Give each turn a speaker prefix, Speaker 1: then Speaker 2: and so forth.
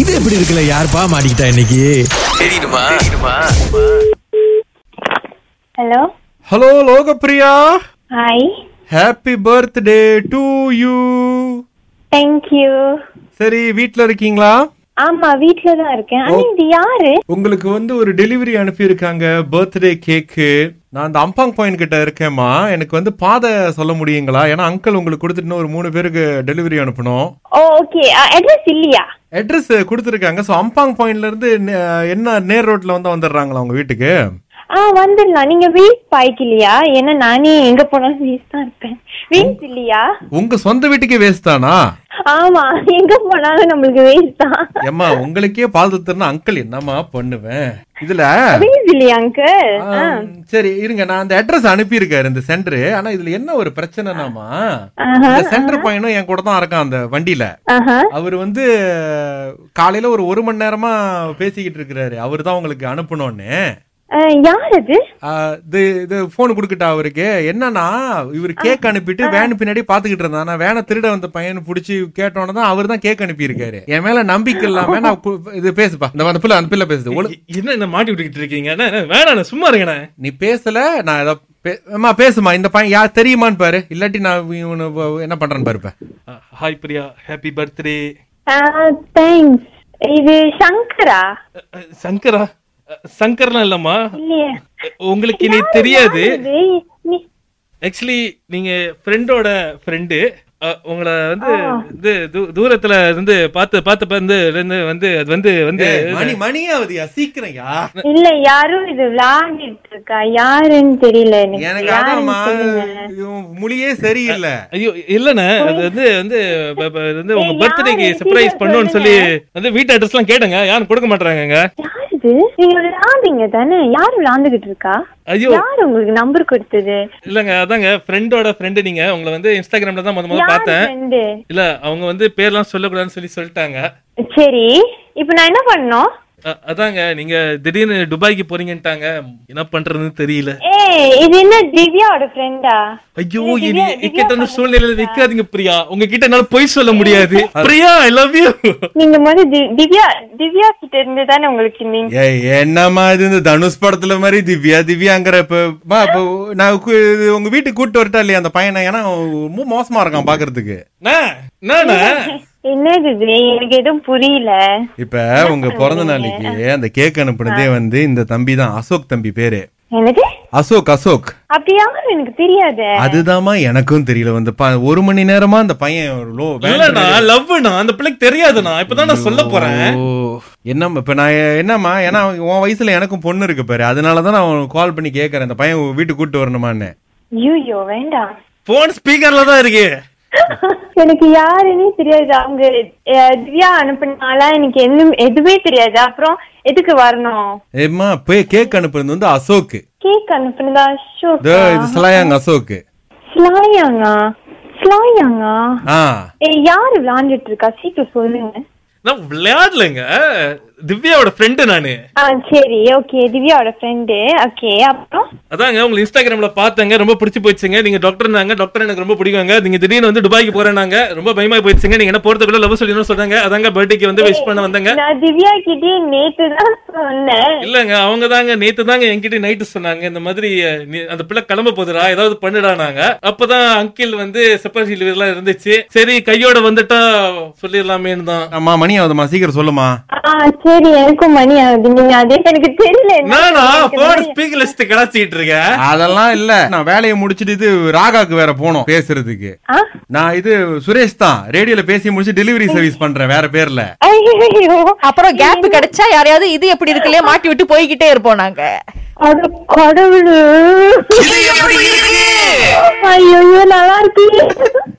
Speaker 1: இது எப்படி இருக்குல்ல யாருப்பா மாட்டிக்கிட்டா இன்னைக்கு
Speaker 2: hello
Speaker 3: hello Lokapriya
Speaker 2: hi
Speaker 3: happy birthday to you
Speaker 2: thank you
Speaker 3: சரி வீட்ல இருக்கீங்களா
Speaker 2: ஆமா வீட்ல தான் இருக்கேன் ஆனா
Speaker 4: Oh.
Speaker 2: இது யாரு
Speaker 3: உங்களுக்கு வந்து ஒரு டெலிவரி அனுப்பியிருக்காங்க பர்த்டே கேக்கு நான் அந்த அம்பாங் பாயிண்ட் கிட்ட இருக்கேம்மா எனக்கு வந்து பாதை சொல்ல முடியுங்களா ஏன்னா அங்கிள் உங்களுக்கு கொடுத்துட்டு இன்னும் ஒரு மூணு பேருக்கு டெலிவரி அனுப்பணும்
Speaker 2: oh
Speaker 4: Oh,
Speaker 2: okay
Speaker 4: Uh,
Speaker 2: address இல்லையா
Speaker 3: அட்ரஸ் கொடுத்துருக்காங்க ஸோ அம்பாங் பாயிண்ட்ல இருந்து நே- என்ன நேர் ரோட்ல வந்து வந்துடுறாங்களா உங்க வீட்டுக்கு
Speaker 2: ஆ வந்துடலாம் நீங்க வீக் பாய்க்கலையா ஏன்னா நானே எங்க போனாலும் வீஸ் தான் இருப்பேன் வீஸ்
Speaker 4: Oh.
Speaker 2: இல்லையா
Speaker 3: உங்க சொந்த வீட்டுக்கே வேஸ்ட் தானா
Speaker 2: ஆமா எங்க போனாலும் நம்மளுக்கு வீஸ் தான்
Speaker 3: ஏம்மா உங்களுக்கே பாதை தரணும் அங்கிள் என்னம்மா பண்ணுவேன் இதுல
Speaker 2: வீஸ் இல்லையா அங்கிள்
Speaker 4: Uh.
Speaker 3: ஆம், சரி இருங்க நான் அந்த அட்ரஸ் அனுப்பியிருக்காரு இந்த சென்டர் ஆனா இதுல என்ன ஒரு பிரச்சனைனாமா
Speaker 2: ஆஹா,
Speaker 3: இந்த சென்டர் பையனும் என் கூட தான் இருக்கான் அந்த வண்டியில
Speaker 2: ஆஹா
Speaker 3: அவர் வந்து காலையில ஒரு ஒரு மணி நேரமா பேசிக்கிட்டு இருக்கிறாரு அவர் தான் உங்களுக்கு அனுப்பணும்னு
Speaker 2: ஆ, யார் அது
Speaker 3: ஆ, இது இது போன் கொடுக்கட்டா அவருக்கு என்னன்னா இவர் கேக் அனுப்பிட்டு வேன் பின்னாடி பாத்துக்கிட்டு இருந்தான் ஆனா வேனை திருட வந்த பையன் புடிச்சு கேட்டோன்னு தான் அவர் தான் கேக் அனுப்பியிருக்காரு என் மேல நம்பிக்கை இல்லாம நான் கு- இது பேசுப்பா இந்த அந்த பிள்ளை அந்த பிள்ளை பேசுது ஒழு-
Speaker 4: என்ன என்ன மாட்டி விட்டுக்கிட்டு இருக்கீங்க அண்ணா, அண்ணா, வேணாண்ணா சும்மா இருங்கண்ணா
Speaker 3: நீ பேசல நான் ஏதோ பே- அம்மா பேசுமா இந்த பையன் யார் தெரியுமான்னு பாரு இல்லாட்டி நான் இவனை வ- என்ன பண்றேன்னு பாருப்ப
Speaker 4: hi Priya happy birthday Uh,
Speaker 2: thanks இது சங்கரா
Speaker 4: சங்கரா அ, சங்கர்லாம் இல்லம்மா
Speaker 2: இல்லையே
Speaker 4: உங்களுக்கு நீ தெரியாது
Speaker 2: யார் இது? நீ-
Speaker 4: ஆக்சுவலி நீங்க ஃப்ரெண்டோட ஃப்ரெண்டு உங்களை வந்து இது தூ- தூரத்துல இருந்து பார்த்து பார்த்து வந்து இருந்து வந்து அது வந்து வந்து
Speaker 3: மணி மணியாவதுயா சீக்கிரம்யா
Speaker 2: இல்ல யாரும் இது விளையாடிட்டு இருக்கா யாருன்னு தெரியல எனக்கு
Speaker 3: எனக்கு அதான்மா
Speaker 2: யாருன்னு தெரியல.
Speaker 3: இவன் மொழியே சரியில்லை
Speaker 4: ஐயோ இல்லண்ணே அது வந்து வந்து ப- ப- இது வந்து உங்க
Speaker 2: ஏய்,
Speaker 4: பர்த்டேக்கு
Speaker 2: யாரு?
Speaker 4: சர்ப்ரைஸ்
Speaker 2: சீக்கிரம்
Speaker 4: பண்ணணும்னு சொல்லி வந்து வீட்டு அட்ரஸ்லாம் கேட்டேங்க யாரும் கொடுக்க மாட்டாங்கங்க
Speaker 2: யார் இது நீங்க விளையாண்டீங்க தானே யார் விளையாண்டுகிட்டு இருக்கா
Speaker 4: ஐயோ
Speaker 2: யார் உங்களுக்கு நம்பர் கொடுத்தது
Speaker 4: இல்லங்க அதாங்க ஃப்ரெண்டோட ஃப்ரெண்டு நீங்க உங்களை வந்து இன்ஸ்டாகிராம்ல தான் முத முத
Speaker 2: யார்
Speaker 4: பார்த்தேன்
Speaker 2: friend?
Speaker 4: இல்ல அவங்க வந்து பேர்லாம் சொல்லக்கூடாதுன்னு சொல்லி சொல்லிட்டாங்க
Speaker 2: சரி இப்ப நான் என்ன பண்ணணும்
Speaker 4: அ- அதாங்க நீங்க திடீர்னு துபாய்க்கு போறீங்கன்ட்டாங்க என்ன பண்றதுன்னு தெரியல
Speaker 2: ஏய் இது என்ன திவ்யாவோட ஃப்ரெண்டா
Speaker 4: ஐயோ
Speaker 2: இல்ல,
Speaker 4: இது
Speaker 2: திவ்யா- திவ்யா
Speaker 4: இக்கட்டான
Speaker 2: பண்ண
Speaker 4: சூழ்நிலையில நிக்காதீங்க பிரியா உங்ககிட்ட என்னால பொய் சொல்ல முடியாது பிரியா ஐ லவ் யூ
Speaker 2: நீங்க முதல்ல தி- திவ்யா திவ்யா கிட்ட இருந்து தானே உங்களுக்கு நீங்க
Speaker 3: ஏய், என்னம்மா இது இந்த தனுஷ் படத்துல மாதிரி திவ்யா திவ்யாங்கிற இப்ப மா, இப்ப நான் கு- இது உங்க வீட்டுக்கு கூட்டு வரட்டா இல்லையா அந்த பையனை ஏன்னா அவன் ரொம்ப மோசமா இருக்கான் பாக்குறதுக்கு
Speaker 2: என்னது இது எனக்கு எதுவும் புரியல
Speaker 3: இப்ப உங்க பிறந்த நாளைக்கு அந்த கேக் அனுப்புனதே வந்து இந்த தம்பி தான் அசோக் தம்பி பேரு
Speaker 2: என்னது
Speaker 3: அசோக் அசோக்
Speaker 2: அப்படி யாரும் எனக்கு தெரியாது
Speaker 3: அதுதாம்மா எனக்கும் தெரியல வந்து ப- ஒரு மணி நேரமா அந்த பையன் லோ
Speaker 4: இல்லண்ணா லவ்னா அந்த பிள்ளைக்கு தெரியாதுண்ணா இப்பதான் நான் சொல்ல போறேன்
Speaker 3: என்னம்மா இப்ப நான் எ- என்னம்மா ஏன்னா அவன் உன் வயசுல எனக்கும் பொண்ணு இருக்கு பாரு அதனால தான் நான் கால் பண்ணி கேக்குறேன் இந்த பையன் உன் வீட்டுக்கு கூட்டு வரணுமான்னு
Speaker 2: ஐயோ வேண்டாம்
Speaker 4: போன் ஸ்பீக்கர்ல தான் இருக்கு
Speaker 2: எனக்கு யாருன்னே தெரியாது அவங்க அஹ், திவ்யா அனுப்புனாலா எனக்கு என்ன எதுவுமே தெரியாது அப்புறம் எதுக்கு வரணும்
Speaker 3: ஏம்மா போய் கேக் அனுப்புறது வந்து அசோக்கு
Speaker 2: கேக் அனுப்புனதா
Speaker 3: இதோ இது சிலாயாங்க அசோக்கு
Speaker 2: ஸ்லாயாங்கா ஸ்லாயாங்கா
Speaker 3: ஆ
Speaker 2: ஏ யாரு விளையாண்டுட்டு இருக்கா சீக்கிரம் சொல்லுங்க
Speaker 4: நான் விளையாடலைங்க திவ்யாவோட ஃப்ரெண்டு நானு
Speaker 2: ஆ சரி ஓகே திவ்யாவோட ஃப்ரெண்டு ஓகே அப்புறம்
Speaker 4: அதாங்க உங்களை இன்ஸ்டாகிராம்ல பார்த்தேங்க ரொம்ப பிடிச்சி போயிடுச்சுங்க நீங்க டாக்டர்னாங்க டாக்டர் எனக்கு ரொம்ப பிடிக்குங்க நீங்க திடீர்னு வந்து துபாய்க்கு போறேனாங்க ரொம்ப பயமா போயிடுச்சுங்க நீங்க என்ன போறதுக்குள்ள லவ் சொல்லணும்னு சொல்றாங்க அதாங்க பர்த்டேக்கு வந்து விஷ் பண்ண வந்தேங்க
Speaker 2: நான் திவ்யா கிட்டே நேத்து தான் சொன்னேன்
Speaker 4: இல்லங்க அவங்க தாங்க நேத்து தாங்க என்கிட்ட நைட்டு சொன்னாங்க இந்த மாதிரி அஹ், நீ- அந்த பிள்ளை கிளம்ப போதுடா ஏதாவது பண்ணுடானாங்க அப்பதான் அங்கிள் வந்து செப்பரேட் எல்லாம் இருந்துச்சு சரி கையோட வந்துட்டா சொல்லிடலாமேன்னு தான்
Speaker 3: அம்மா மணி ஆகுதும்மா சீக்கிரம் சொல்லுமா
Speaker 2: ஆ சரி எனக்கும் மணி ஆகுது நீங்க அதே எனக்கு தெரியல என்ன
Speaker 4: நானா
Speaker 2: எனக்கு
Speaker 4: போன்
Speaker 2: மணி-
Speaker 4: ஸ்பீக்கர் லிஸ்ட் கிளாச்சிட்டு இருக்கேன்
Speaker 3: அதெல்லாம் இல்ல நான் வேலையை முடிச்சிட்டு இது ராகாக்கு வேற போனோம் பேசுறதுக்கு
Speaker 2: ஆ
Speaker 3: நான் இது சுரேஷ் தான் ரேடியோல பேசி முடிச்சு டெலிவரி சர்வீஸ் பண்றேன் வேற பேர்ல
Speaker 2: ஐயோ
Speaker 5: அப்புறம் கேப் கிடைச்சா யாரையாவது இது எப்படி இருக்கு இல்லையா மாட்டி விட்டு போய்கிட்டே இருப்போம் நாங்க
Speaker 2: அட கடவுளு ஐயோ நல்லா இருக்கு